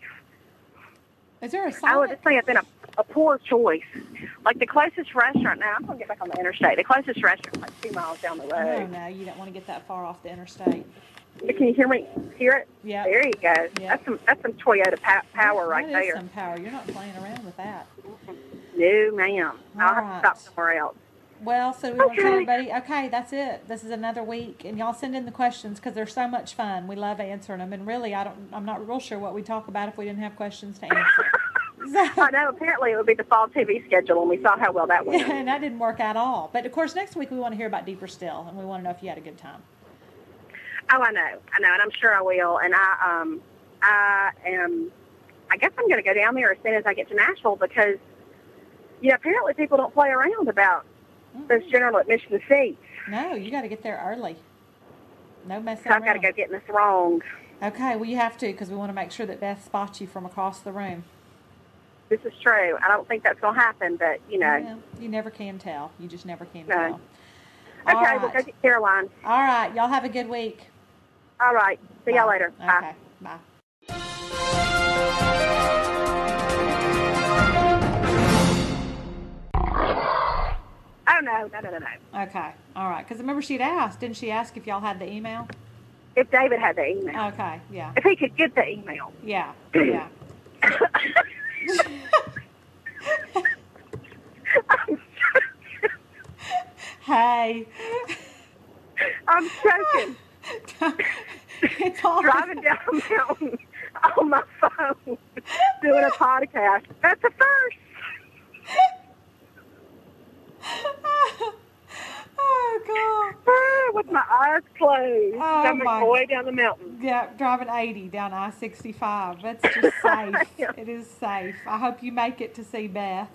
[SPEAKER 1] Is there a
[SPEAKER 2] I
[SPEAKER 1] silent?
[SPEAKER 2] would just say it's been a, a poor choice. Like the closest restaurant. Now I'm gonna get back on the interstate. The closest restaurant, like two miles down the
[SPEAKER 1] No,
[SPEAKER 2] road.
[SPEAKER 1] Oh, no, you don't want to get that far off the interstate.
[SPEAKER 2] But can you hear me? Hear it?
[SPEAKER 1] Yeah.
[SPEAKER 2] There you go.
[SPEAKER 1] Yeah.
[SPEAKER 2] That's some that's some Toyota pa- power right
[SPEAKER 1] That is
[SPEAKER 2] there.
[SPEAKER 1] some power. You're not playing around with that.
[SPEAKER 2] No, ma'am. I'll have
[SPEAKER 1] Alright.
[SPEAKER 2] to stop somewhere else.
[SPEAKER 1] Well, so we want to tell
[SPEAKER 2] Okay.
[SPEAKER 1] everybody, okay, that's it. This is another week, and y'all send in the questions because they're so much fun. We love answering them, and really, I don't, I'm not real sure what we talk about if we didn't have questions to answer. *laughs* So,
[SPEAKER 2] I know. Apparently, it would be the fall TV schedule, and we saw how well that
[SPEAKER 1] *laughs*
[SPEAKER 2] went.
[SPEAKER 1] and that didn't work at all. But of course, next week we want to hear about deeper still, and we want to know if you had a good time.
[SPEAKER 2] Oh, I know, I know, and I'm sure I will. And I, um, I am. I guess I'm going to go down there as soon as I get to Nashville because, you know, apparently people don't play around about those
[SPEAKER 1] Mm.
[SPEAKER 2] general admission seats.
[SPEAKER 1] No, you got to get there early. No messing
[SPEAKER 2] So I've got to
[SPEAKER 1] around.
[SPEAKER 2] go getting this wrong.
[SPEAKER 1] Okay, well you have to because we want to make sure that Beth spots you from across the room.
[SPEAKER 2] This is true. I don't think that's going to happen, but you know.
[SPEAKER 1] Yeah, you never can tell. You just never can
[SPEAKER 2] No.
[SPEAKER 1] tell.
[SPEAKER 2] Okay,
[SPEAKER 1] All right.
[SPEAKER 2] we'll go get Caroline.
[SPEAKER 1] All right, y'all have a good week.
[SPEAKER 2] All right. See y'all later.
[SPEAKER 1] Okay,
[SPEAKER 2] Bye.
[SPEAKER 1] bye.
[SPEAKER 2] Oh no, no, no, no, no.
[SPEAKER 1] Okay. All right. Because remember, she'd asked, didn't she ask if y'all had the email?
[SPEAKER 2] If David had the email,
[SPEAKER 1] Okay.
[SPEAKER 2] *clears throat*
[SPEAKER 1] Yeah.
[SPEAKER 2] if he could get the email. *laughs*
[SPEAKER 1] Yeah. Yeah. hey. *laughs*
[SPEAKER 2] I'm joking.
[SPEAKER 1] it's all
[SPEAKER 2] driving down the mountain on my phone doing a podcast. That's a first.
[SPEAKER 1] oh, God.
[SPEAKER 2] Ah, With my eyes closed,
[SPEAKER 1] Oh,
[SPEAKER 2] coming
[SPEAKER 1] my-
[SPEAKER 2] way down the mountain.
[SPEAKER 1] Yeah, driving 80 down
[SPEAKER 2] *laughs*
[SPEAKER 1] I 65. That's just safe.
[SPEAKER 2] Yeah.
[SPEAKER 1] It is safe. I hope you make it to see Beth.